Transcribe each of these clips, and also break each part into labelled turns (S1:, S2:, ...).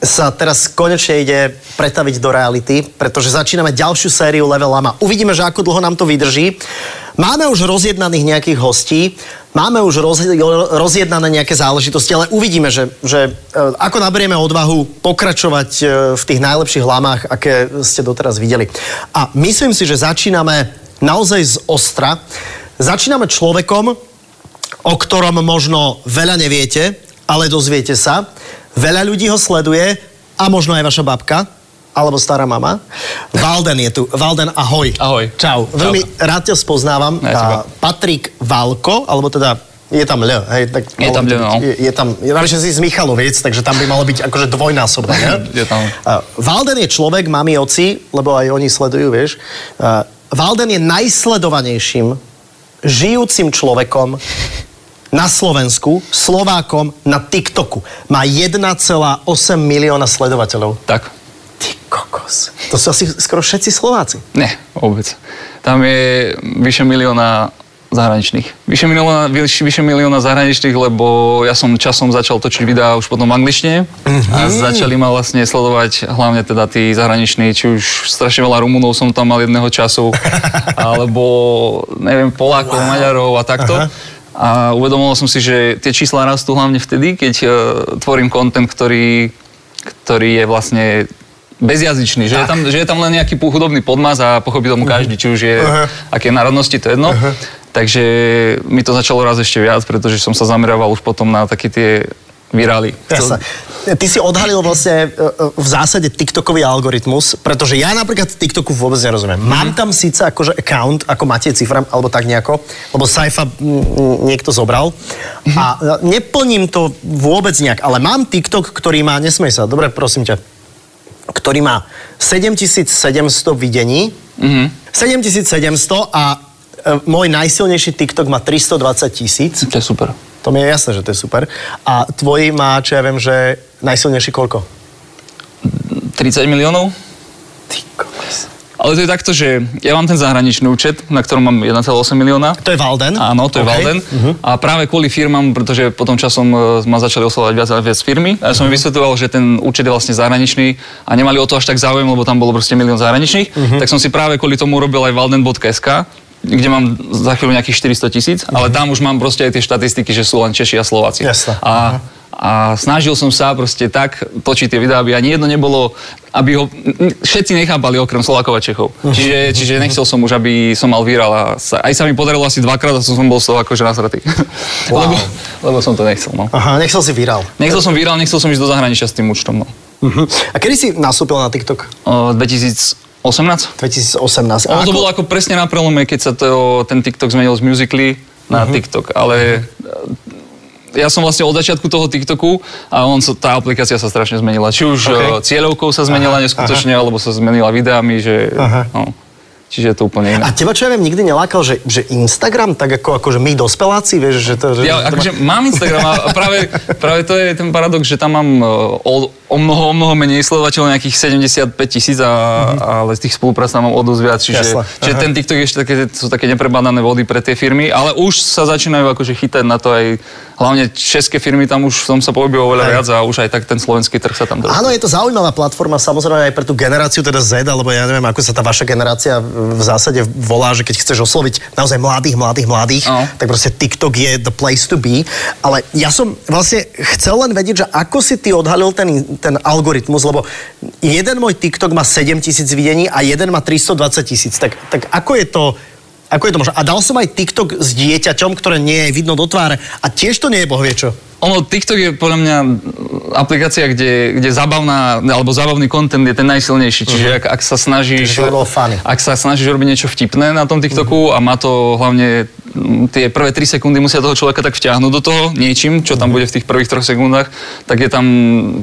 S1: sa teraz konečne ide pretaviť do reality, pretože začíname ďalšiu sériu Level Lama. Uvidíme, že ako dlho nám to vydrží. Máme už rozjednaných nejakých hostí, máme už roz, rozjednané nejaké záležitosti, ale uvidíme, že, že e, ako naberieme odvahu pokračovať e, v tých najlepších lamách, aké ste doteraz videli. A myslím si, že začíname naozaj z ostra. Začíname človekom, o ktorom možno veľa neviete, ale dozviete sa. Veľa ľudí ho sleduje a možno aj vaša babka alebo stará mama. Valden je tu. Valden, ahoj.
S2: Ahoj.
S1: Čau. Veľmi rád ťa spoznávam.
S2: Ja teba.
S1: A Patrik Valko, alebo teda je tam L, hej, tak
S2: Je tam L, no.
S1: Je, je tam, ja navyše si z Michaloviec, takže tam by malo byť akože dvojnásobné, ne?
S2: Je tam.
S1: A Valden je človek, mami, oci, lebo aj oni sledujú, vieš. A Valden je najsledovanejším žijúcim človekom na Slovensku, Slovákom na TikToku. Má 1,8 milióna sledovateľov.
S2: Tak?
S1: Ty kokos. To sú asi skoro všetci Slováci.
S2: Ne, vôbec. Tam je vyše milióna zahraničných. Vyše milióna, vyš- vyše milióna zahraničných, lebo ja som časom začal točiť videá už potom v angličtine a začali ma vlastne sledovať hlavne teda tí zahraniční, či už strašne veľa Rumunov som tam mal jedného času, alebo neviem, Polákov, wow. Maďarov a takto. Aha. A uvedomil som si, že tie čísla rastú hlavne vtedy, keď e, tvorím kontent, ktorý, ktorý je vlastne bezjazyčný, že je, tam, že je tam len nejaký hudobný podmaz a pochopí tomu každý, či už je,
S1: Aha.
S2: aké národnosti, to je jedno. Takže mi to začalo raz ešte viac, pretože som sa zameraval už potom na také tie virály.
S1: Jasné. Ty si odhalil vlastne e, e, v zásade TikTokový algoritmus, pretože ja napríklad TikToku vôbec nerozumiem. Mám tam síce akože account, ako Matej Cifram, alebo tak nejako, lebo Saifa mm, mm, niekto zobral a e, neplním to vôbec nejak, ale mám TikTok, ktorý má, nesmej sa, dobre, prosím ťa, ktorý má 7700 videní,
S2: Mhm.
S1: 7700 a e, môj najsilnejší TikTok má 320 tisíc.
S2: To je super.
S1: To mi je jasné, že to je super. A tvoj má, čo ja viem, že najsilnejší koľko?
S2: 30 miliónov?
S1: Ty kokos.
S2: Ale to je takto, že ja mám ten zahraničný účet, na ktorom mám 1,8 milióna.
S1: To je Valden?
S2: Áno, to
S1: OK.
S2: je
S1: Mhm.
S2: Valden. Uh-huh. A práve kvôli firmám, pretože potom časom e, ma začali oslovať viac a viac firmy.
S1: Mhm.
S2: A ja som im vysvetľoval, že ten účet je vlastne zahraničný a nemali o to až tak záujem, lebo tam bolo proste milión zahraničných.
S1: Mhm.
S2: Uh-huh. Tak som si práve kvôli tomu urobil aj valden.sk kde mám za chvíľu nejakých 400 tisíc,
S1: Mhm.
S2: ale tam už mám proste aj tie štatistiky, že sú len Češi a Slováci.
S1: Jasné.
S2: A, a snažil som sa proste tak točiť tie videá, aby ani jedno nebolo, aby ho n- všetci nechápali okrem Slovákov a Čechov. Čiže, čiže nechcel som už, aby som mal virál a sa, aj sa mi podarilo asi dvakrát a som bol z toho akože nasratý.
S1: Wow.
S2: lebo, lebo som to nechcel, no.
S1: Aha, nechcel si virál.
S2: Nechcel som virál, nechcel som ísť do zahraničia s tým účtom, no.
S1: Uh-huh. A kedy si nastúpil na TikTok?
S2: O, 2018?
S1: 2018.
S2: Ono to bolo ako presne na prelome, keď sa to, ten TikTok zmenil z Musical.ly
S1: Mhm.
S2: na uh-huh. TikTok, ale e, ja som vlastne od začiatku toho TikToku a on sa, tá aplikácia sa strašne zmenila. Či už
S1: Ok.
S2: okay. cieľovkou sa zmenila neskutočne, alebo sa zmenila videami, že...
S1: Aha.
S2: No, čiže je to úplne iné.
S1: A teba, čo ja viem, nikdy nelákal, že, že Instagram, tak ako akože my dospeláci, vieš, že to... Že
S2: Ja
S1: to
S2: akože mám Instagram a a práve, práve to je ten paradox, že tam mám e, o, o mnoho, o mnoho menej sledovateľov, nejakých 75 tisíc, a, ale z tých spoluprác tam mám o dosť viac. Čiže,
S1: Mhm. Jasné.
S2: čiže
S1: Aha.
S2: ten TikTok ešte také, sú také neprebadané vody pre tie firmy, ale už sa začínajú akože chytať na to aj hlavne české firmy, tam už som sa pohybil oveľa
S1: Hej.
S2: viac a už aj tak ten slovenský trh sa tam dá.
S1: Áno, je to zaujímavá platforma, samozrejme aj pre tú generáciu, teda Z, alebo ja neviem, ako sa tá vaša generácia v v zásade volá, že keď chceš osloviť naozaj mladých, mladých, mladých,
S2: Áno.
S1: tak proste TikTok je the place to be. Ale ja som vlastne chcel len vedieť, že ako si ty odhalil ten, ten algoritmus, lebo jeden môj TikTok má 7 tisíc videní a jeden má 320 tisíc. Tak, tak ako je to... Ako je to možné? A dal som aj TikTok s dieťaťom, ktoré nie je vidno do tváre. A tiež to nie je bohvie čo.
S2: Ono, TikTok je podľa mňa aplikácia, kde, kde zabavná, alebo zabavný kontent je ten najsilnejší. Čiže
S1: Mhm.
S2: ak, ak sa snažíš...
S1: Takže to by bolo Mhm. funny.
S2: Ak sa snažíš robiť niečo vtipné na tom TikToku a má to hlavne m, tie prvé 3 sekundy musia toho človeka tak vťahnuť do toho niečím, čo
S1: Mhm.
S2: tam bude v tých prvých 3 sekundách, tak je tam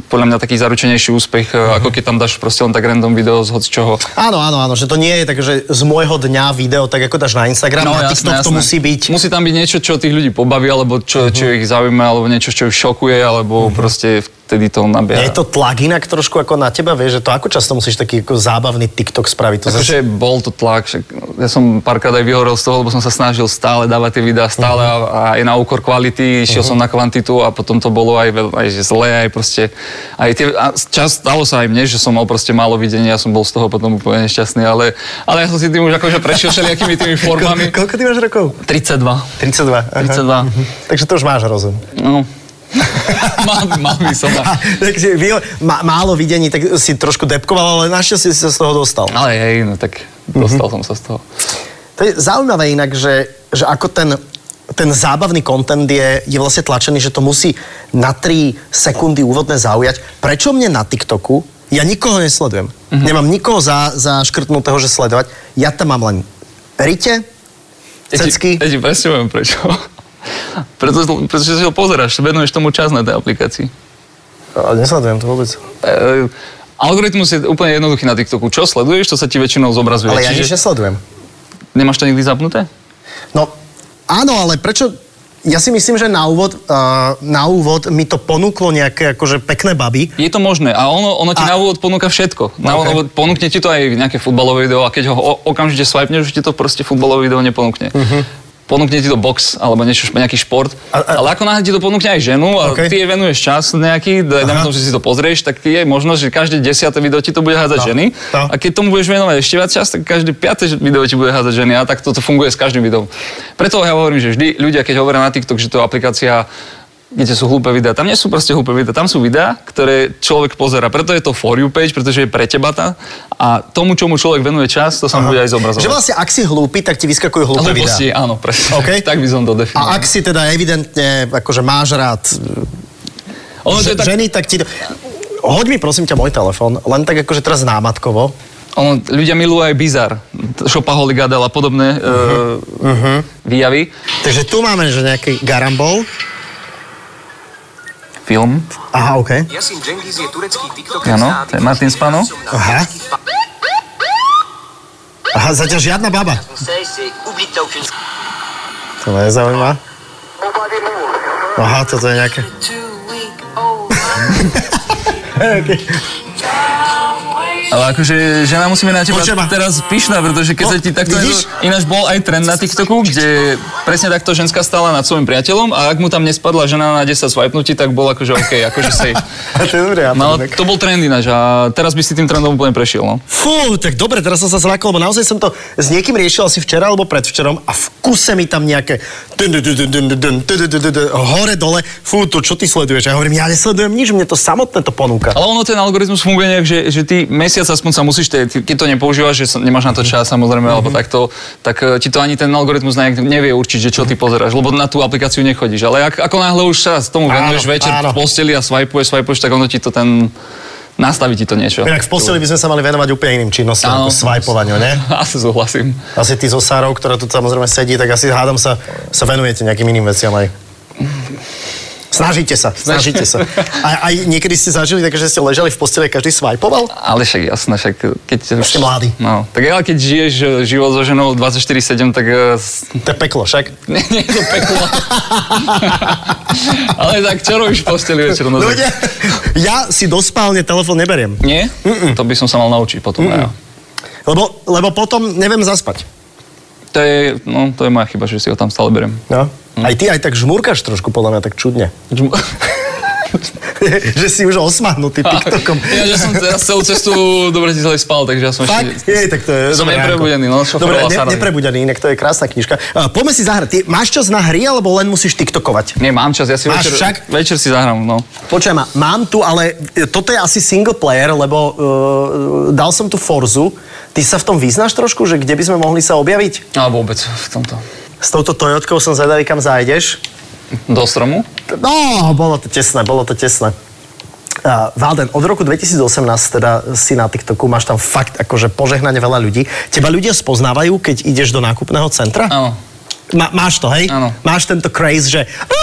S2: podľa mňa taký zaručenejší úspech, e,
S1: Mhm.
S2: ako keď tam dáš proste len tak random video z hoc čoho.
S1: Áno, áno, áno, že to nie je tak, že z môjho dňa video, tak ako dáš na Instagram, no, na TikTok to musí byť. Mhm.
S2: Musí tam byť niečo, čo tých ľudí pobaví, alebo čo, čo ich zaujíma, alebo niečo, čo ich šokuje, alebo proste vtedy to nabieha.
S1: Nie Mhm. je to tlak inak trošku ako na teba, vieš, že to ako často musíš taký ako zábavný TikTok spraviť? To zase...
S2: Akože bol to tlak, však ja som párkrát aj vyhorel z toho, lebo som sa snažil stále dávať tie videá, stále a, a aj na úkor kvality, išiel som na kvantitu a potom to bolo aj, veľ- aj že zlé, aj proste, aj tie, a čas stalo sa aj mne, že som mal proste málo videnia, ja som bol z toho potom úplne nešťastný, ale, ale ja som si tým už akože prešiel všelijakými tými
S1: Ko-
S2: formami.
S1: Koľko ty máš rokov?
S2: 32.
S1: 32. Aha.
S2: 32.
S1: Mhm. Takže to už máš rozum.
S2: No. mám, mám vysoká.
S1: Takže vy, má, málo videní, tak si trošku depkoval, ale našťastie si sa z toho dostal.
S2: Ale hej, no tak dostal som sa z toho.
S1: To je zaujímavé inak, že, že ako ten, ten zábavný kontent je, je vlastne tlačený, že to musí na 3 sekundy úvodne zaujať. Prečo mne na TikToku? Ja nikoho nesledujem.
S2: Mhm.
S1: Mm-hmm. Nemám nikoho za, za škrtnutého, že sledovať. Ja tam mám len rite, cecky.
S2: Ja ti, ja ti presne poviem prečo. Pretože, pretože si ho pozeráš, venuješ tomu čas na tej aplikácii.
S1: Ale nesledujem to vôbec.
S2: E, algoritmus je úplne jednoduchý na TikToku. Čo sleduješ, to sa ti väčšinou zobrazuje.
S1: Ale ja nič
S2: Čiže
S1: nesledujem.
S2: nemáš to nikdy zapnuté?
S1: No, áno, ale prečo... Ja si myslím, že na úvod, uh, na úvod mi to ponúklo nejaké akože pekné baby.
S2: Je to možné a ono, ono ti
S1: A-
S2: na úvod ponúka všetko. Na
S1: Okay.
S2: úvod ponúkne ti to aj nejaké futbalové video a keď ho o, okamžite swipeneš, už ti to proste futbalové video neponúkne. Ponúkne ti to box alebo niečo, nejaký šport,
S1: Mhm. A- a-
S2: ale ako náhle ti to ponúkne aj ženu a
S1: Okay.
S2: ty jej venuješ čas nejaký, daj- dajme tomu, že si to pozrieš, tak je možnosť, že každé desiate video ti to bude hádzať
S1: No,
S2: ženy
S1: no.
S2: a keď tomu budeš venovať ešte viac čas, tak každé piate video ti bude hádzať ženy a tak toto funguje s každým videom. Preto ja hovorím, že vždy ľudia, keď hovoria na TikTok, že to je aplikácia kde sú hlúpe videá. Tam nie sú proste hlúpe videá, tam sú videá, ktoré človek pozera. Preto je to for you page, pretože je pre teba tá. A tomu, čomu človek venuje čas, to sa mu bude aj
S1: Že
S2: zobrazovať.
S1: vlastne, ak si hlúpy, tak ti vyskakujú hlúpe videá.
S2: Hlúposti, áno, presne.
S1: OK.
S2: Tak by som to
S1: A
S2: definoval.
S1: ak si teda evidentne, akože máš rád
S2: ono,
S1: že,
S2: to je tak,
S1: ženy, tak ti to... Hoď mi prosím ťa môj telefón, len tak akože teraz námatkovo.
S2: ono, ľudia milujú aj bizar. Šopaholik a podobné uh-huh.
S1: Mhm,
S2: výjavy.
S1: Takže tu máme, že nejaký garambol.
S2: Film.
S1: Aha, OK.
S3: Yasin Cengiz je turecký TikTok
S2: Áno, to je Martin Spano.
S1: Aha. Aha, zatiaľ žiadna baba. To ma nezaujíma. Aha, toto je nejaké...
S2: Ale akože žena musíme na teba
S1: Počúva.
S2: teraz pyšná, pretože keď
S1: No,
S2: sa ti takto...
S1: vidíš?
S2: Ináč bol aj trend na TikToku, kde presne takto ženská stála nad svojim priateľom a ak mu tam nespadla žena na 10 swipenutí, tak bol akože OK, akože safe.
S1: to je dobré, ja
S2: No, to bol trend ináč a teraz by si tým trendom úplne prešiel, no.
S1: Fú, tak dobre, teraz som sa zlakol, lebo naozaj som to s niekým riešil asi včera alebo predvčerom a v kuse mi tam nejaké dun, dun, dun, dun, dun, dun, dun, dun, dun, dun, hore, dole, fú, to čo ty sleduješ? Ja hovorím, ja nesledujem nič, mne to samotné to ponúka.
S2: Ale ono ten algoritmus funguje nejak, že, že ty mesiac aspoň sa musíš, te, ty, keď to nepoužívaš, že sa- nemáš na to čas samozrejme, alebo
S1: Mhm.
S2: takto, tak e, ti to ani ten algoritmus nejak nevie určiť, že čo
S1: Mhm.
S2: ty pozeráš, lebo na tú aplikáciu nechodíš. Ale ak, ako náhle už sa tomu
S1: Áno,
S2: venuješ večer
S1: áno.
S2: v posteli a swipuješ, swipuješ, tak ono ti to ten, nastaví ti to niečo.
S1: Inak v posteli by sme sa mali venovať úplne iným činnostiam,
S2: Áno.
S1: ako svajpovaniu, ne?
S2: Asi súhlasím.
S1: Asi ty so Sárou, ktorá tu samozrejme sedí, tak asi hádam sa, sa venujete nejakým iným veciam aj. Snažíte sa, snažíte sa. A, aj niekedy ste zažili také, že ste ležali v posteli a každý svajpoval?
S2: Ale však jasné, však e, keď...
S1: Ste mladý.
S2: No, tak ale keď žiješ e, život so ženou 24-7, tak e, s-
S1: To je peklo, však.
S2: nie, nie je to peklo. ale tak čo robíš v posteli večer? No, tak-
S1: Ľudia, ja si do spálne telefón neberiem,
S2: Nie? Mm-mm. To by som sa mal naučiť potom. Ja.
S1: lebo, lebo potom neviem zaspať.
S2: To je, no, to je moja chyba, že si ho tam stále beriem.
S1: No.
S2: Hm.
S1: Aj ty aj tak žmurkáš trošku, podľa mňa, tak čudne. že si už osmahnutý TikTokom.
S2: Ja, že som teraz celú cestu do Bratislavy spal, takže ja som
S1: Fakt?
S2: ešte...
S1: Je, tak to je
S2: Som
S1: dobré ránko.
S2: neprebudený, no, šoferoval
S1: Dobre,
S2: sa ráno.
S1: ne, neprebudený, inak to je krásna knižka. Uh, poďme si zahrať. Ty máš čas na hry, alebo len musíš tiktokovať?
S2: Nie, mám čas, ja si
S1: Máš
S2: večer,
S1: však?
S2: večer si zahrám, no.
S1: Počujem ma, mám tu, ale e, toto je asi single player, lebo uh, dal som tu Forzu. Ty sa v tom vyznáš trošku, že kde by sme mohli sa objaviť?
S2: A vôbec v tomto.
S1: S touto Toyotkou som zvedavý, kam zájdeš.
S2: Do stromu?
S1: No, bolo to tesné, bolo to tesné. Uh, Valden, od roku 2018 teda si na TikToku, máš tam fakt akože požehnane veľa ľudí. Teba ľudia spoznávajú, keď ideš do nákupného centra?
S2: Áno.
S1: Má, máš to, hej?
S2: Áno.
S1: Máš tento craze, že "Á,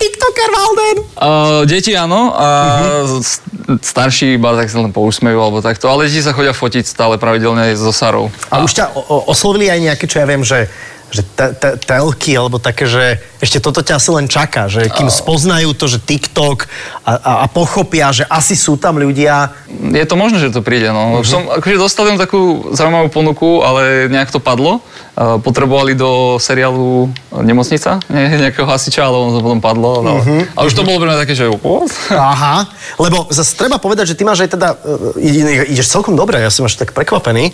S1: TikToker Valden.
S2: Uh, deti áno, a
S1: Mhm.
S2: s- starší iba tak sa len pousmejú alebo takto, ale deti sa chodia fotiť stále pravidelne so Sarou.
S1: A, už ťa o- o- oslovili aj nejaké, čo ja viem, že že te- te- telky, alebo také, že ešte toto ťa asi len čaká, že kým spoznajú to, že TikTok a, a, a pochopia, že asi sú tam ľudia,
S2: Je to možné, že to príde, no.
S1: Mhm.
S2: Uh-huh. Som, akože dostal som takú zaujímavú ponuku, ale nejak to padlo. Uh, potrebovali do seriálu Nemocnica, ne, nejakého hasiča, ale on to potom padlo. No.
S1: Mhm.
S2: Uh-huh. A už to bolo pre mňa také, že what?
S1: Aha, lebo zase treba povedať, že ty máš aj teda, e, ide- ideš celkom dobre, ja som až tak prekvapený.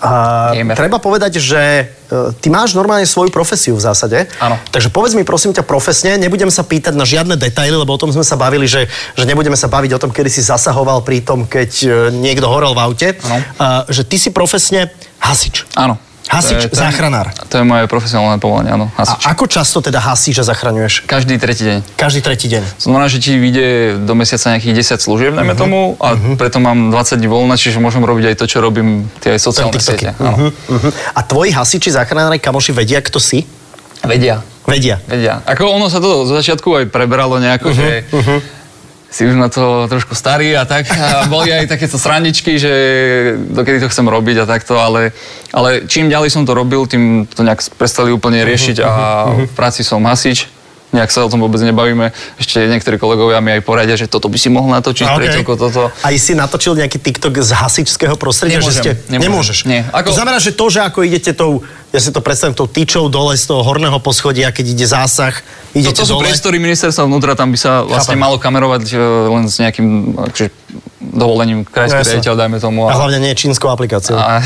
S1: A
S2: Gamer.
S1: treba povedať, že e, ty máš normálne svoju profesiu v zásade.
S2: Áno.
S1: Takže povedz mi prosím ťa profesne, nebudem sa pýtať na žiadne detaily, lebo o tom sme sa bavili, že, že nebudeme sa baviť o tom, kedy si zasahoval pri tom, keď e, niekto horel v aute.
S2: Áno.
S1: A, že ty si profesne hasič.
S2: Áno.
S1: Hasič,
S2: To je- to je-
S1: záchranár.
S2: To je moje profesionálne povolanie, áno, hasič.
S1: A ako často teda hasíš a zachraňuješ?
S2: Každý tretí deň.
S1: Každý tretí deň.
S2: To znamená, že ti vyjde do mesiaca nejakých 10 služieb,
S1: Mhm.
S2: najmä uh-huh. tomu, a uh-huh. preto mám 20 dní voľna, čiže môžem robiť aj to, čo robím, tie aj sociálne
S1: TikToky.
S2: siete. Áno.
S1: Uh-huh. A tvoji hasiči, záchranári, kamoši vedia, kto si?
S2: Vedia.
S1: Vedia.
S2: Vedia. Ako ono sa to zo začiatku aj prebralo nejako, že
S1: Mhm,
S2: si už na to trošku starý a tak. A boli aj takéto srandičky, že dokedy to chcem robiť a takto, ale, ale čím ďalej som to robil, tým to nejak prestali
S1: Mhm,
S2: úplne riešiť a v práci som hasič. Nejak sa o tom vôbec nebavíme. Ešte niektorí kolegovia mi aj poradia, že toto by si mohol
S1: A
S2: natočiť, okay.
S1: okej.
S2: preťoko toto.
S1: Aj si natočil nejaký TikTok z hasičského prostredia, že
S2: Nemôžem,
S1: ste...
S2: nemôžem.
S1: Nemôžeš.
S2: Nie,
S1: Ako...
S2: ako-
S1: To znamená, že to, že ako idete tou, ja si to predstavím, tou tyčou dole z toho horného poschodia, keď ide zásah, idete
S2: Toto No sú
S1: dole.
S2: priestory ministerstva vnútra, tam by sa
S1: Chápem.
S2: vlastne malo kamerovať e, len s nejakým akože, dovolením
S1: No
S2: krajského
S1: jasné.
S2: riaditeľa, dajme tomu.
S1: A hlavne nie čínskou aplikáciou.
S2: A...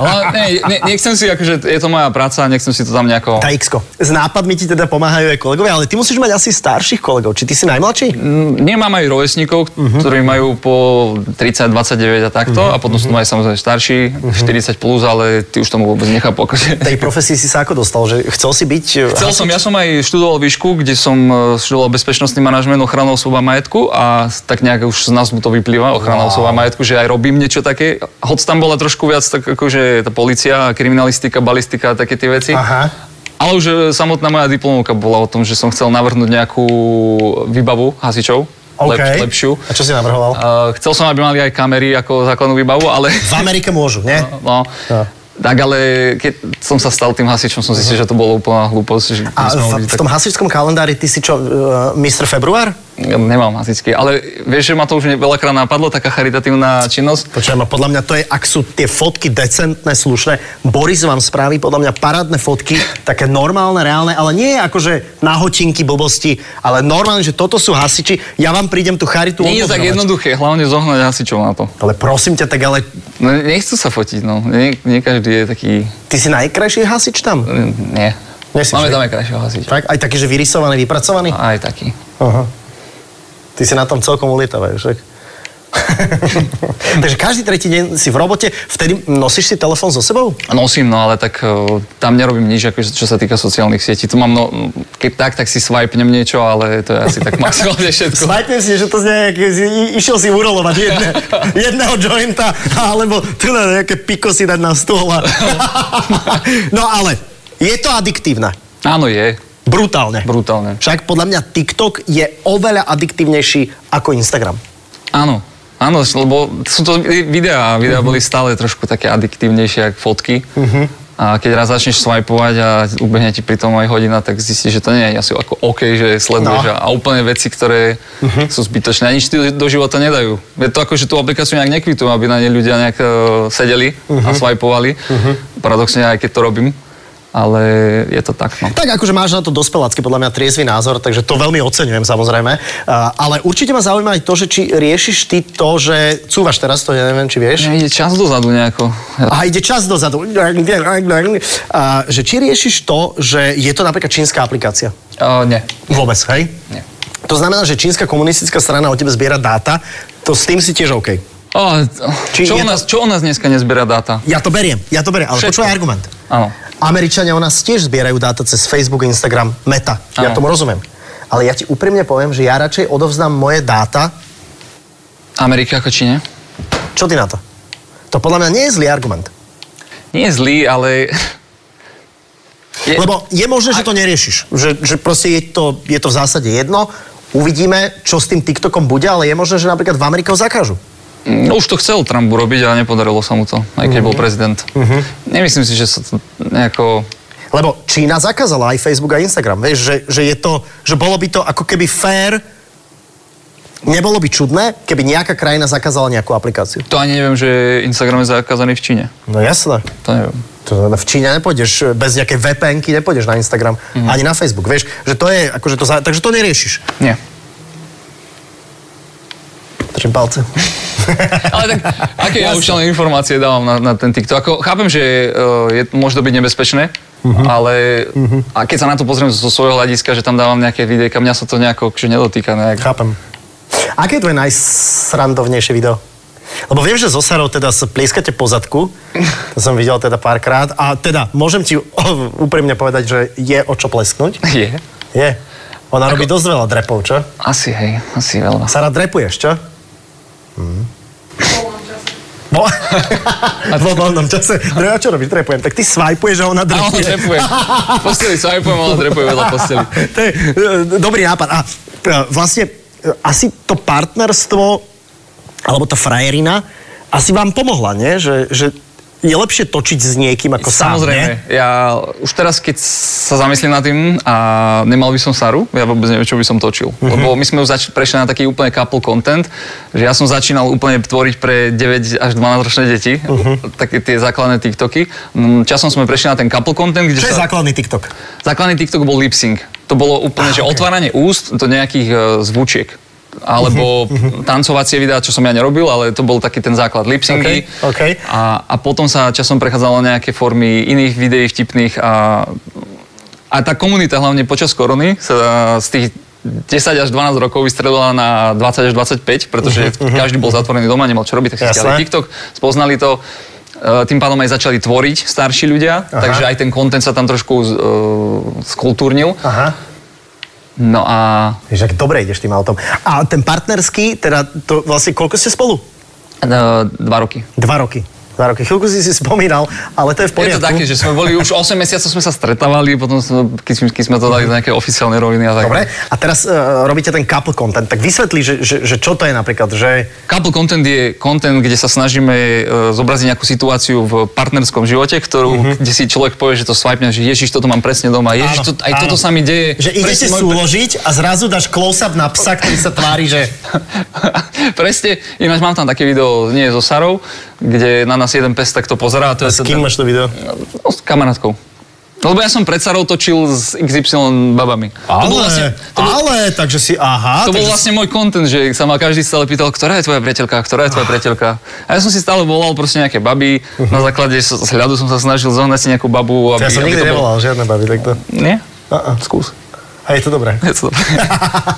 S2: Ale ne, ne, nechcem si, akože je to moja práca, nechcem si to tam nejako...
S1: Tá x S nápadmi ti teda pomáhajú aj kolegovia, ale ty musíš mať asi starších kolegov. Či ty si najmladší?
S2: Mm, Nemám aj rovesníkov, uh-huh. ktorí majú po 30, 29 a takto, uh-huh. a potom sú tam aj samozrejme starší, uh-huh. 40 plus, ale ty už tomu vôbec nechápu. Akože.
S1: Tej profesii si sa ako dostal? Že chcel si byť... eh,
S2: Chcel som, ja som aj študoval výšku, kde som e, študoval bezpečnostný manažment ochranou osoba majetku a s- tak nejak už z nás mu to vyplýva, ochrana wow. osoba majetku, že aj robím niečo také. Hoď tam bola trošku viac tak akože tá policia, kriminalistika, balistika a také tie veci.
S1: Aha.
S2: Ale už e, samotná moja diplomovka bola o tom, že som chcel navrhnúť nejakú výbavu hasičov,
S1: OK.
S2: lep, lepšiu.
S1: A čo si navrhoval?
S2: Uh, chcel som, aby mali aj kamery ako základnú výbavu, ale...
S1: V Amerike môžu, nie?
S2: No,
S1: No.
S2: tak ale keď som sa stal tým hasičom, som zistil, že to bola úplná hlúposť. Že
S1: A
S2: by sme mohli
S1: v, v
S2: tak-
S1: tom hasičskom kalendári ty si čo, uh, Mr. Február?
S2: Ja Nemám hasičky, ale vieš, že ma to už ne- veľakrát napadlo, taká charitatívna činnosť.
S1: Počujem, a no podľa mňa to je, ak sú tie fotky decentné, slušné, Boris vám spraví podľa mňa parádne fotky, také normálne, reálne, ale nie akože nahotinky, blbosti, ale normálne, že toto sú hasiči, ja vám prídem tú charitu
S2: Nie je tak
S1: odobrovať.
S2: jednoduché, hlavne zohnať hasičov na to.
S1: Ale prosím ťa, tak ale
S2: No, nechcú sa fotiť, no. Nie, nie každý je taký...
S1: ty si najkrajší hasič tam.
S2: n- Nie.
S1: Nesiš, že?
S2: Máme tam aj krajšieho hasiča.
S1: Tak, aj taký, že vyrysovaný, vypracovaný?
S2: Aj taký.
S1: Aha. Ty si na tom celkom ulietavajú, však? Takže každý tretí deň si v robote, vtedy nosíš si telefón so sebou?
S2: Nosím, no ale tak e, tam nerobím nič, akože, čo sa týka sociálnych sietí. Tu mám, no, keď tak, tak si swipnem niečo, ale to je asi tak maximálne všetko.
S1: Smajte si, že to znie, jak si, i- išiel si urolovať jedne, jedného jointa, alebo tu na nejaké piko si dať na stôl. A... No ale, je to adiktívne.
S2: Áno, je.
S1: Brutálne.
S2: Brutálne.
S1: Však podľa mňa TikTok je oveľa adiktívnejší ako Instagram.
S2: Áno. Áno, lebo sú to videá a videá
S1: Mhm.
S2: boli stále trošku také adiktívnejšie ako fotky. A keď raz začneš swipovať a ubehne ti pri tom aj hodina, tak zistíš, že to nie je asi ako OK, že sleduješ
S1: No. Mhm.
S2: no. a úplne veci, ktoré sú zbytočné. A nič ti do života nedajú. Je to ako, že tú aplikáciu nejak nekvitujú, aby na nej ľudia nejak e, sedeli
S1: Mhm.
S2: a swipovali. Paradoxne aj keď to robím, ale je to tak. No.
S1: Tak akože máš na to dospelácky podľa mňa triezvy názor, takže to veľmi oceňujem samozrejme. Uh, ale určite ma zaujíma aj to, že či riešiš ty to, že cúvaš teraz, to ja neviem, či vieš.
S2: Že ide čas dozadu nejako. Ja
S1: A ide čas dozadu. A, že či riešiš to, že je to napríklad čínska aplikácia?
S2: Uh, nie.
S1: Vôbec, hej?
S2: nie.
S1: To znamená, že čínska komunistická strana o tebe zbiera dáta, to s tým si tiež OK.
S2: Oh,
S1: Či
S2: čo,
S1: je
S2: o
S1: to-
S2: nás, čo o nás dneska nezbiera dáta?
S1: Ja to beriem, ja to beriem, ale
S2: Všetko.
S1: počúvaj argument.
S2: Áno.
S1: Američania o nás tiež zbierajú dáta cez Facebook, Instagram, Meta. Ja
S2: Áno.
S1: tomu rozumiem. Ale ja ti úprimne poviem, že ja radšej odovzdám moje dáta.
S2: Amerika ako Číne?
S1: Čo ty na to? To podľa mňa nie je zlý argument.
S2: Nie je zlý, ale Je-
S1: Lebo je možné, že to neriešiš. Že, že proste je to, je to v zásade jedno. Uvidíme, čo s tým TikTokom bude, ale je možné, že napríklad v Amerike ho zakážu.
S2: No, už to chcel Trump urobiť, ale nepodarilo sa mu to, aj keď bol prezident. Nemyslím si, že sa to nejako...
S1: Lebo Čína zakázala aj Facebook a Instagram. Vieš, že, že, je to, že bolo by to ako keby fér, nebolo by čudné, keby nejaká krajina zakázala nejakú aplikáciu.
S2: To ani neviem, že Instagram je zakázaný v Číne.
S1: No jasné.
S2: To neviem.
S1: To v Číne nepôjdeš, bez nejakej vpn nepôjdeš na Instagram, mm. ani na Facebook. Vieš, že to je, akože to, za- takže to neriešiš.
S2: Nie.
S1: Držím palce.
S2: Ale tak, aké ja už informácie dávam na, na ten TikTok? Ako, chápem, že uh, je, môže to byť nebezpečné, ale a keď sa na to pozriem zo svojho hľadiska, že tam dávam nejaké videjka, mňa sa to nejako že nedotýka. no Nejak.
S1: Chápem. Aké je tvoje najsrandovnejšie video? Lebo viem, že zo Sarou teda sa plieskate po zadku, to som videl teda párkrát, a teda môžem ti o- úprimne povedať, že je o čo plesknúť.
S2: Je.
S1: Je. Ona robí dosť veľa drepov, čo?
S2: Asi, hej, asi veľa.
S1: Sara, drepuješ, čo? Hmm. Hm. Vo- Vo voľnom čase. No ja čo robíš? Drepujem. Tak ty swajpuješ a ona
S2: Áno,
S1: drepuje.
S2: drepujem. Posteli sa aj pojem, ale drepujem veľa posteli.
S1: to je e, dobrý nápad. A e, vlastne e, asi to partnerstvo, alebo tá frajerina, asi vám pomohla, nie? Že, že je lepšie točiť s niekým ako sám, nie?
S2: Samozrejme, ja už teraz, keď sa zamyslím nad tým a nemal by som Saru, ja vôbec neviem, čo by som točil.
S1: Mhm.
S2: Mm-hmm. Lebo my sme už zač- prešli na taký úplne couple content, že ja som začínal úplne tvoriť pre 9 až 12 ročné deti,
S1: Mhm.
S2: mm-hmm. také tie základné TikToky. Mm, Časom sme prešli na ten couple content, kde
S1: Čo je
S2: sa...
S1: základný TikTok?
S2: Základný TikTok bol lip sync. To bolo
S1: Ah,
S2: úplne, že otváranie úst do nejakých e, zvučiek.
S1: Mhm,
S2: Alebo tancovacie videá, čo som ja nerobil, ale to bol taký ten základ lip syncy.
S1: OK, OK.
S2: A, a potom sa časom prechádzalo na nejaké formy iných videí vtipných a, a tá komunita hlavne počas korony sa z tých 10 až 12 rokov vystrelila na 20 až 25, pretože každý bol zatvorený doma, nemal čo robiť, tak si
S1: Mhm, Jasné.
S2: stiahli TikTok, spoznali to. E, Tým pádom aj začali tvoriť starší ľudia,
S1: Aha.
S2: takže aj ten kontent sa tam trošku z- e, skultúrnil.
S1: Aha.
S2: No a
S1: Vieš, ak dobre ideš tým autom. A ten partnerský, teda to vlastne, koľko ste spolu?
S2: e, dva roky.
S1: Dva roky. Dva roky. Chvíľku si si spomínal, ale to je v
S2: Je
S1: poriadku.
S2: to také, že sme boli už 8 mesiacov sme sa stretávali, potom sme, keď, sme- keď sme to dali do nejaké oficiálnej roviny a tak.
S1: Dobre, a teraz uh, robíte ten couple content. Tak vysvetli, že, že, že čo to je napríklad, že...
S2: Couple content je content, kde sa snažíme e, zobraziť nejakú situáciu v partnerskom živote, ktorú, mm-hmm. kde si človek povie, že to swipne, že ježiš, toto mám presne doma, ježiš,
S1: Mhm. Áno,
S2: to, aj
S1: áno.
S2: toto sa mi deje.
S1: Že idete
S2: Presne môj-
S1: súložiť a zrazu dáš close-up na psa, ktorý sa tvári, že...
S2: Presne, ináč mám tam také video, nie so Sarou, kde na nás jeden pes takto pozerá. A to je
S1: S kým
S2: ten-
S1: máš to video?
S2: No, s kamarátkou. Lebo ja som pred Sarou točil s XY babami. to bol vlastne, to bol,
S1: ale, takže si, aha.
S2: to bol
S1: takže
S2: vlastne môj content, že sa ma každý stále pýtal, ktorá je tvoja priateľka, ktorá je
S1: Ah.
S2: tvoja priateľka. A ja som si stále volal proste nejaké baby, na základe s- z hľadu som sa snažil zohnať si nejakú babu.
S1: si- Mhm.
S2: Aby,
S1: Ja som
S2: aby
S1: nikdy
S2: to bolo-
S1: nevolal žiadne baby, takto.
S2: Nie?
S1: Uh-uh.
S2: Skús.
S1: A je to dobré.
S2: Je to dobré.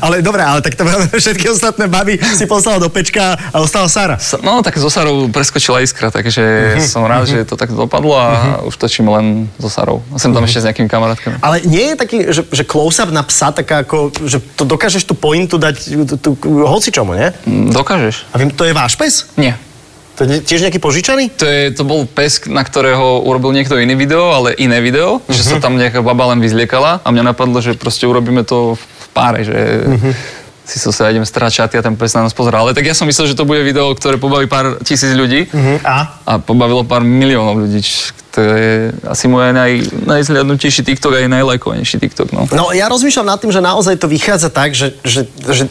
S1: ale dobré, ale tak to všetky ostatné baby si poslal do pečka a ostala Sara.
S2: Sa- No tak so Sarou preskočila iskra, takže
S1: Mhm.
S2: som rád, že to tak dopadlo a už točím len so Sarou. A Som tam
S1: Mhm.
S2: ešte s nejakými kamarátkami.
S1: Ale nie je taký, že, že close-up na psa, taká ako, že to dokážeš tú pointu dať tú, tú, hocičomu, nie?
S2: Mm, Dokážeš?
S1: A viem, to je váš pes?
S2: Nie.
S1: To je tiež nejaký požičaný?
S2: To, je, to bol pes, na ktorého urobil niekto iný video, ale iné video, že sa tam nejaká baba len vyzliekala a mňa napadlo, že proste urobíme to v páre, že si so sa idem stračať a ten pes na nás pozerá. Ale tak ja som myslel, že to bude video, ktoré pobaví pár tisíc ľudí
S1: Mhm. A?
S2: a pobavilo pár miliónov ľudí. č- To je asi môj naj, najzliadnutejší TikTok a aj najlajkovanejší TikTok. No.
S1: No ja rozmýšľam nad tým, že naozaj to vychádza tak, že, že, že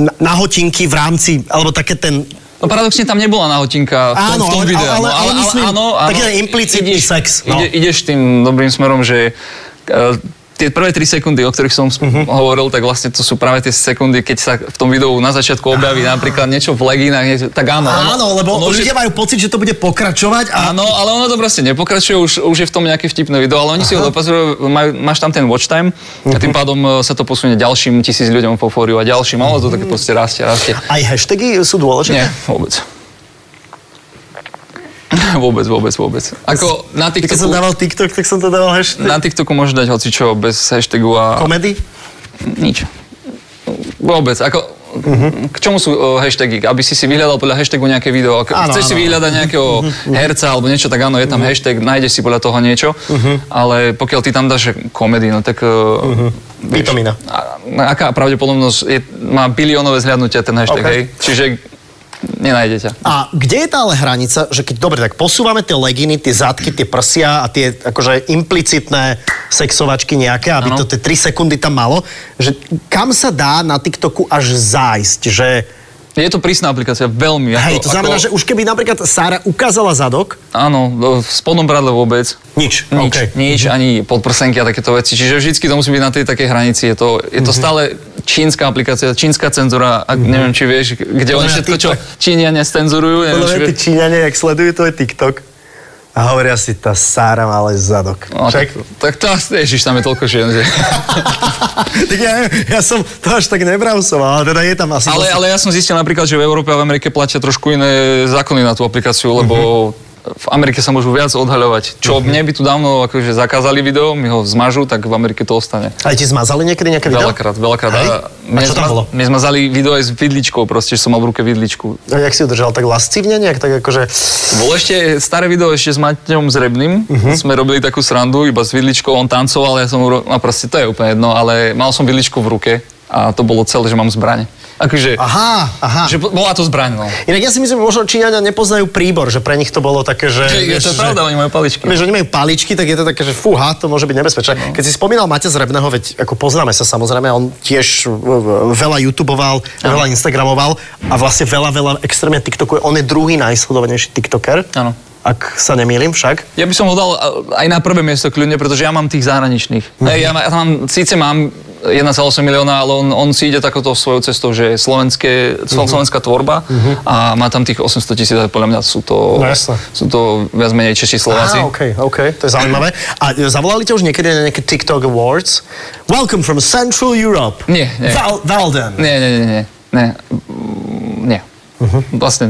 S1: na, na hotinky v rámci, alebo také ten...
S2: No paradoxne tam nebola nahotinka v tom,
S1: Áno,
S2: v tom
S1: ale-
S2: videu.
S1: ale-
S2: no,
S1: ale myslím, taký ten implicitný sex, no.
S2: Ide, ideš tým dobrým smerom, že e, tie prvé 3 sekundy, o ktorých som
S1: Mhm.
S2: uh-huh. hovoril, tak vlastne to sú práve tie sekundy, keď sa v tom videu na začiatku objaví napríklad niečo v leginách, niečo, tak áno. ono-
S1: Áno, lebo
S2: ono už je-
S1: ľudia majú pocit, že to bude pokračovať a...
S2: Áno, ale ono to proste nepokračuje, už, už je v tom nejaké vtipné video, ale oni si ho dopatrujú, majú, máš tam ten watch time a
S1: Mhm.
S2: tým pádom e, sa to posunie ďalším tisíc ľuďom po fóriu a ďalším, ale to
S1: Mhm.
S2: také proste rastie, rastie.
S1: Aj hashtagy sú dôležité?
S2: Nie, vôbec. Vôbec, vôbec, vôbec. Ako na
S1: Keď som
S2: TikToku,
S1: dával TikTok, tak som to dával hashtag.
S2: na TikToku môžeš dať hocičo bez hashtagu a
S1: Komedy?
S2: nič. Vôbec, ako
S1: Mhm.
S2: K čomu sú o, hashtagy? Aby si si vyhľadal podľa hashtagu nejaké video. Ak
S1: Áno,
S2: chceš si
S1: áno. Mhm,
S2: vyhľadať nejakého herca alebo niečo, tak áno, je tam hashtag, nájdeš si podľa toho niečo.
S1: Mhm.
S2: Ale pokiaľ ty tam dáš komedy, no tak... Uh,
S1: Vitamína.
S2: a, na aká pravdepodobnosť je, má biliónové zhľadnutia ten hashtag,
S1: OK.
S2: hej? Čiže nenájde ťa.
S1: A kde je tá ale hranica, že keď, dobre, tak posúvame tie leginy, tie zadky, tie prsia a tie akože implicitné sexovačky nejaké, aby
S2: Áno.
S1: to tie 3 sekundy tam malo, že kam sa dá na TikToku až zájsť, že
S2: Je to prísna aplikácia, veľmi.
S1: hej, to znamená, že už keby napríklad Sára ukázala zadok,
S2: Áno, v spodnom bradle vôbec.
S1: nič.
S2: Nič,
S1: OK. Mhm.
S2: nič ani podprsenky a takéto veci. Čiže vždycky to musí byť na tej takej hranici. Je to, je to
S1: Mhm.
S2: stále čínska aplikácia, čínska cenzúra. A neviem, či vieš, kde oni
S1: mňa
S2: všetko, čo
S1: TikTok.
S2: Číňania cenzurujú. Neviem,
S1: Podľa
S2: či
S1: mňa tí
S2: vieš.
S1: Číňania, jak sledujú tvoj TikTok a hovoria si, tá Sára má ale zadok.
S2: No, tak,
S1: Však?
S2: tak to, ježiš, tam je toľko žien. Že...
S1: tak ja, neviem, ja som to až tak nebral som, ale teda je tam asi...
S2: Ale, ale ja som zistil napríklad, že v Európe a v Amerike platia trošku iné zákony na tú aplikáciu, lebo
S1: Mhm.
S2: v Amerike sa môžu viac odhaľovať. Čo mne by tu dávno akože zakázali video, mi ho zmažu, tak v Amerike to ostane.
S1: Aj ti zmazali niekedy nejaké video?
S2: Veľakrát, veľakrát.
S1: Hej? A
S2: mne
S1: čo tam
S2: zma-
S1: bolo?
S2: Mne zmazali video aj s vidličkou, proste, že som mal v ruke vidličku.
S1: A jak si ju držal? Tak lascivne nejak? Tak akože...
S2: Bolo ešte staré video ešte s Maťom Zrebným,
S1: Mhm.
S2: sme robili takú srandu iba s vidličkou, on tancoval, ja som uro... a proste to je úplne jedno, ale mal som vidličku v ruke a to bolo celé, že mám zbraň. Akože,
S1: Aha, aha.
S2: že bo- bola to zbraň, no.
S1: Inak ja si myslím, že možno Číňania nepoznajú príbor, že pre nich to bolo také, že...
S2: Je, je to
S1: vieš,
S2: pravda, oni majú paličky. No.
S1: Vieš, oni majú paličky, tak je to také, že fúha, to môže byť nebezpečné. Keď si spomínal Maťa Zrebného, veď ako poznáme sa samozrejme, on tiež e, e, veľa youtuboval, veľa instagramoval a vlastne veľa, veľa extrémne tiktokuje. On je druhý najsledovanejší tiktoker.
S2: Áno.
S1: Ak sa nemýlim však.
S2: Ja by som ho dal a- aj na prvé miesto kľudne, pretože ja mám tých
S1: Mhm.
S2: zahraničných. Hej, ja, ma- ja tam síce mám 1,8 milióna, ale on, on si ide takouto svojou cestou, že je slovenské,
S1: Mhm.
S2: slo- slovenská tvorba a má tam tých 800 tisíc, ale podľa mňa sú to,
S1: No, jasné.
S2: sú to viac menej Češi, Slováci.
S1: Á, OK, OK, to je zaujímavé. A e, zavolali ťa už niekedy na nejaké TikTok Awards? Welcome from Central Europe.
S2: Nie, nie.
S1: Val- Valden.
S2: Nie, nie, nie, nie. Nie. Mm, nie.
S1: Mhm.
S2: Vlastne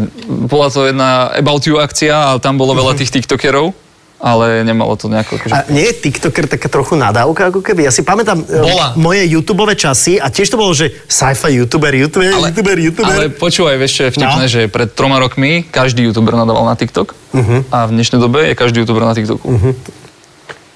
S2: bola to jedna About You akcia a tam bolo
S1: Mhm.
S2: veľa tých TikTokerov, ale nemalo to nejako... Akože...
S1: A nie je TikToker taká trochu nadávka, ako keby? Ja si pamätám e,
S2: Bola.
S1: moje YouTube časy a tiež to bolo, že sci-fi YouTuber, YouTuber, ale, YouTuber, YouTuber.
S2: Ale počúvaj, vieš, čo je
S1: No.
S2: vtipné, že pred troma rokmi každý youtuber nadával na TikTok uh-huh.
S1: Mhm.
S2: a v dnešnej dobe je každý youtuber na TikToku. Uh-huh.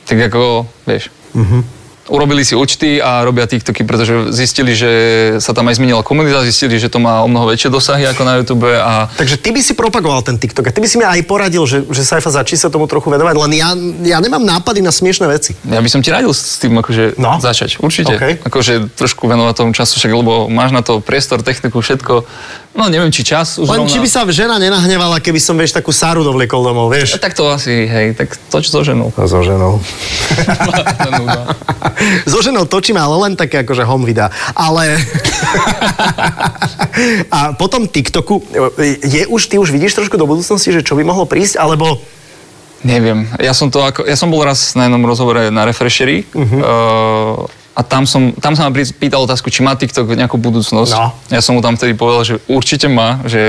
S2: Tak ako, vieš,
S1: Mhm.
S2: uh-huh. urobili si účty a robia TikToky, pretože zistili, že sa tam aj zmenila komunita, zistili, že to má o mnoho väčšie dosahy ako na YouTube a
S1: Takže ty by si propagoval ten TikTok a ty by si mi aj poradil, že, že Saifa začí sa tomu trochu venovať, len ja, ja nemám nápady na smiešné veci.
S2: ja by som ti radil s tým akože
S1: No.
S2: začať, určite.
S1: Okej.
S2: Akože trošku venovať tomu času, však lebo máš na to priestor, techniku, všetko. No neviem, či čas už
S1: Len
S2: zrovna.
S1: či by sa žena nenahnevala, keby som, vieš, takú Sáru dovliekol domov, vieš?
S2: Tak to asi, hej, tak toč so ženou. no.
S1: A so ženou.
S2: Len nuda.
S1: so ženou točíme, ale len také akože home videa. Ale... a potom TikToku, e, je už, ty už vidíš trošku do budúcnosti, že čo by mohlo prísť, alebo...
S2: Neviem. Ja som to ako, ja som bol raz na jednom rozhovore na Refresheri uh-huh. uh, a tam, som, tam sa ma pri- pýtal otázku, či má TikTok nejakú budúcnosť.
S1: No.
S2: Ja som mu tam vtedy povedal, že určite má, že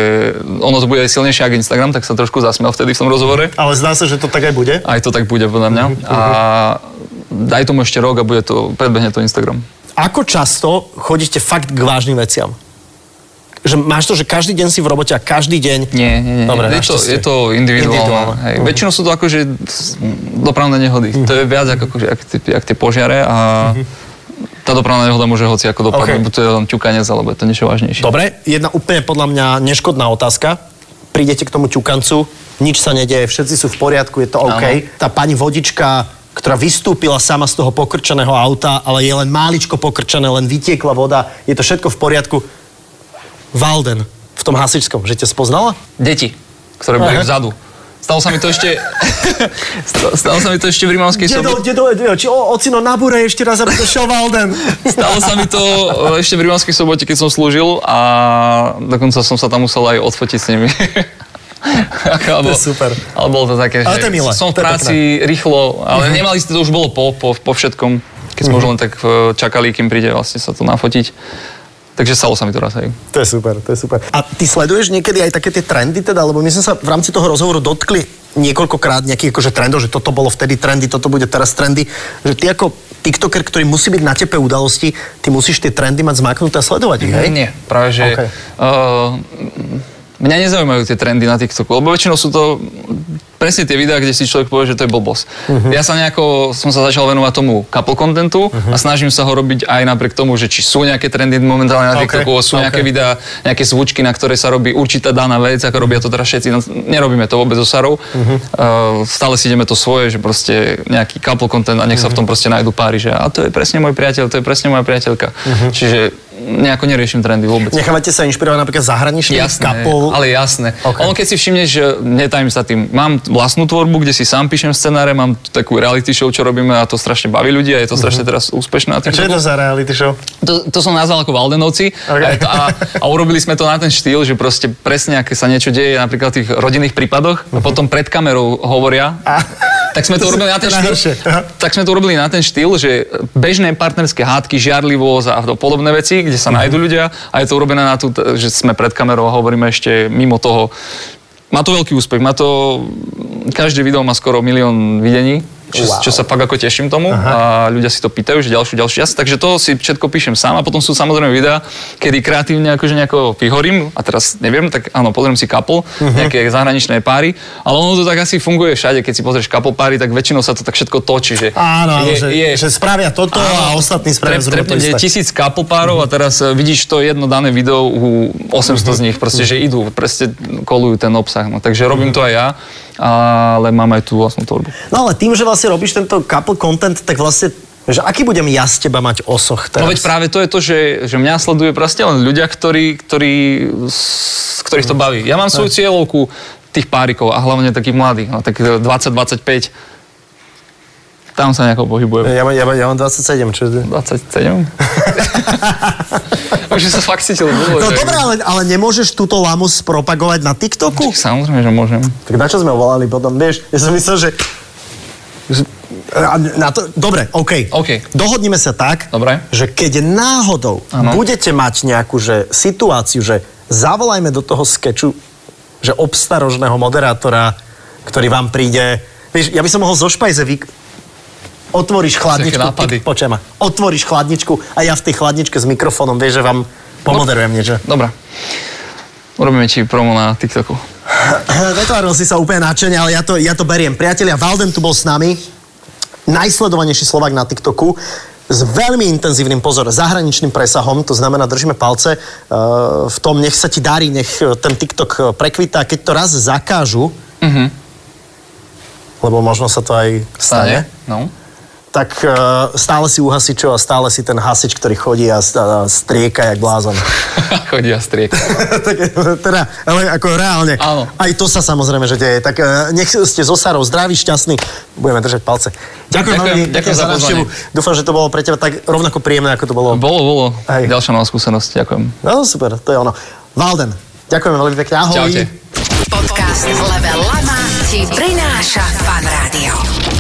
S2: ono to bude aj silnejšie ako Instagram, tak sa trošku zasmial vtedy v tom rozhovore.
S1: Ale zdá sa, že to tak aj bude.
S2: Aj to tak bude podľa mňa. A daj tomu ešte rok a bude to, predbehne to Instagram.
S1: Ako často chodíte fakt k vážnym veciam? Že máš to, že každý deň si v robote a každý deň...
S2: Nie, nie, nie.
S1: Dobre,
S2: je, to,
S1: našťastie.
S2: je to individuálne.
S1: Individuálne. Mhm.
S2: Hej. Väčšinou sú to akože s- dopravné nehody. To je viac ako, akože, ak, tie, ak tie požiare a tá dopravná nehoda môže hoci ako
S1: Mhm. Ok.
S2: dopadnúť. Buď to je len ťukanec, alebo je to niečo vážnejšie.
S1: Dobre, jedna úplne podľa mňa neškodná otázka. Prídete k tomu ťukancu, nič sa nedeje, všetci sú v poriadku, je to OK.
S2: Áno.
S1: Tá pani vodička, ktorá vystúpila sama z toho pokrčeného auta, ale je len máličko pokrčené, len vytiekla voda, je to všetko v poriadku. Valden, v tom hasičskom, že ťa spoznala?
S2: Deti, ktoré boli
S1: Aha.
S2: vzadu. Stalo sa mi to ešte... Stalo- stalo sa mi to ešte v Rimavskej sobote.
S1: Dedo, dedo, dedo, či o, ocino na bure ešte raz, aby došiel Valden.
S2: Stalo sa mi to e, ešte v Rimavskej sobote, keď som slúžil a dokonca som sa tam musel aj odfotiť s nimi. Ako,
S1: To je super.
S2: Ale bolo to také,
S1: Ale to je milé,
S2: som v
S1: to je Mhm.
S2: práci rýchlo, ale nemali ste to už bolo po, po, po všetkom, keď sme už len tak e, čakali, kým príde vlastne sa to nafotiť. Takže stalo sa mi to raz aj.
S1: To je super, to je super. A ty sleduješ niekedy aj také tie trendy teda, lebo my sme sa v rámci toho rozhovoru dotkli niekoľkokrát nejakých akože trendov, že toto bolo vtedy trendy, toto bude teraz trendy, že ty ako TikToker, ktorý musí byť na tepe udalosti, ty musíš tie trendy mať zmaknuté a sledovať ich, hej?
S2: Nie, práve že...
S1: OK.
S2: Okay. Uh, mňa nezaujímajú tie trendy na TikToku, lebo väčšinou sú to presne tie videá, kde si človek povie, že to je blbosť.
S1: Mhm.
S2: Uh-huh. Ja sa nejako, som sa začal venovať tomu couple
S1: Mhm.
S2: contentu uh-huh. a snažím sa ho robiť aj napriek tomu, že či sú nejaké trendy momentálne na
S1: OK,
S2: TikToku, sú
S1: OK.
S2: nejaké videá, nejaké zvučky, na ktoré sa robí určitá daná vec, ako robia to teraz všetci. No, nerobíme to vôbec so Sarou. Uh-huh. Uh, stále si ideme to svoje, že proste nejaký couple content a nech sa v tom proste nájdú páry, že a to je presne môj priateľ, to je presne moja priateľka. Uh-huh. Čiže nejako neriešim trendy vôbec.
S1: Nechávate sa inšpirovať napríklad zahraničných
S2: Jasné,
S1: kapov.
S2: ale jasné.
S1: OK.
S2: Okay. Ono keď si všimneš, že netajím sa tým, mám vlastnú tvorbu, kde si sám píšem scenáre, mám t- takú reality show, čo robíme a to strašne baví ľudia, je to strašne teraz úspešné. na
S1: A čo je
S2: TikToku.
S1: to za reality show?
S2: To, to som nazval ako Valdenovci
S1: Ok.
S2: okay. a, je to, a, a urobili sme to na ten štýl, že proste presne, aké sa niečo deje napríklad v tých rodinných prípadoch a potom pred kamerou hovoria.
S1: A-
S2: tak sme
S1: to
S2: to,
S1: sú-
S2: urobili na
S1: to
S2: ten
S1: je najhoršie.
S2: štýl,
S1: Aha.
S2: tak sme to urobili na ten štýl, že bežné partnerské hádky, žiarlivosť a to podobné veci, kde sa
S1: Mhm.
S2: nájdú ľudia a je to urobené na tú, t- že sme pred kamerou a hovoríme ešte mimo toho. Má to veľký úspech, má to, každé video má skoro milión videní, čo,
S1: Wow.
S2: wow. čo sa fakt ako teším tomu Aha. a ľudia si to pýtajú, že ďalšiu, ďalšiu časť, takže to si všetko píšem sám a potom sú samozrejme videá, kedy kreatívne akože nejako vyhorím a teraz neviem, tak áno, pozriem si kapol, uh-huh.
S1: Mhm.
S2: nejaké zahraničné páry, ale ono to tak asi funguje všade, keď si pozrieš kapol páry, tak väčšinou sa to tak všetko točí, že
S1: Áno, áno, že, že spravia toto a ostatní spravia zhruba to
S2: trepne,
S1: isté. Mhm.
S2: je tisíc kapopárov a teraz e, vidíš to jedno dané video u 800 z nich, proste,
S1: Mhm.
S2: že idú, proste kolujú ten obsah. No, takže robím to aj ja, ale mám aj tú vlastnú tvorbu.
S1: No ale tým, že vlastne robíš tento couple content, tak vlastne, že aký budem ja z teba mať osoch teraz?
S2: No veď práve to je to, že, že mňa sleduje proste len ľudia, ktorí, ktorí, s- ktorých to baví. Ja mám svoju cieľovku tých párikov a hlavne takých mladých, no tak 20-25. Tam sa nejako pohybujem.
S1: Ja, mám- ja, mám- ja mám 27, čo je?
S2: 27? Už som sa fakt cítil dlho.
S1: No
S2: že-
S1: dobré, ale, ale nemôžeš túto lamu spropagovať na TikToku?
S2: Samozrejme, že môžem.
S1: Tak na čo sme ho volali potom, vieš? Ja som myslel, že... že- a Na to, dobre, OK.
S2: OK.
S1: Dohodnime sa tak,
S2: Dobre.
S1: že keď náhodou ano.
S2: Áno.
S1: budete mať nejakú že, situáciu, že zavolajme do toho skeču že obstarožného moderátora, ktorý vám príde... Vieš, ja by som mohol zo špajze vy... Otvoríš chladničku,
S2: Také
S1: ty-
S2: nápady.
S1: počuj ma, otvoríš chladničku a ja v tej chladničke s mikrofónom, vieš, že vám
S2: No,
S1: pomoderujem niečo.
S2: Dobre. Urobíme ti promo na TikToku.
S1: Netváril si sa úplne nadšene, ale ja to, ja to beriem. Priatelia, Valden tu bol s nami, najsledovanejší Slovak na TikToku, s veľmi intenzívnym, pozor, zahraničným presahom, to znamená, držíme palce eh, v tom, nech sa ti darí, nech eh, ten TikTok eh, prekvitá, keď to raz zakážu,
S2: Mhm.
S1: lebo možno sa to aj stane,
S2: No.
S1: tak eh, stále si uhasičov a stále si ten hasič, ktorý chodí a, st- a strieka jak blázon.
S2: Chodia striek.
S1: tak, teda, ale ako reálne.
S2: Áno.
S1: Aj to sa samozrejme, že deje. Tak e, nech ste so Sarou zdraví, šťastní. Budeme držať palce. Ďakujem
S2: Ďakujem,
S1: veľmi
S2: ďakujem
S1: pekne
S2: za
S1: za návštevu.
S2: pozvanie.
S1: Dúfam, že to bolo pre teba tak rovnako príjemné, ako to bolo.
S2: Bolo, bolo.
S1: Hej.
S2: Ďalšia nová skúsenosť. Ďakujem.
S1: No super, to je ono. Valden, ďakujeme veľmi pekne. Ahoj.
S2: Čaute.
S4: Podcast Level Lama ti prináša Fan Rádio.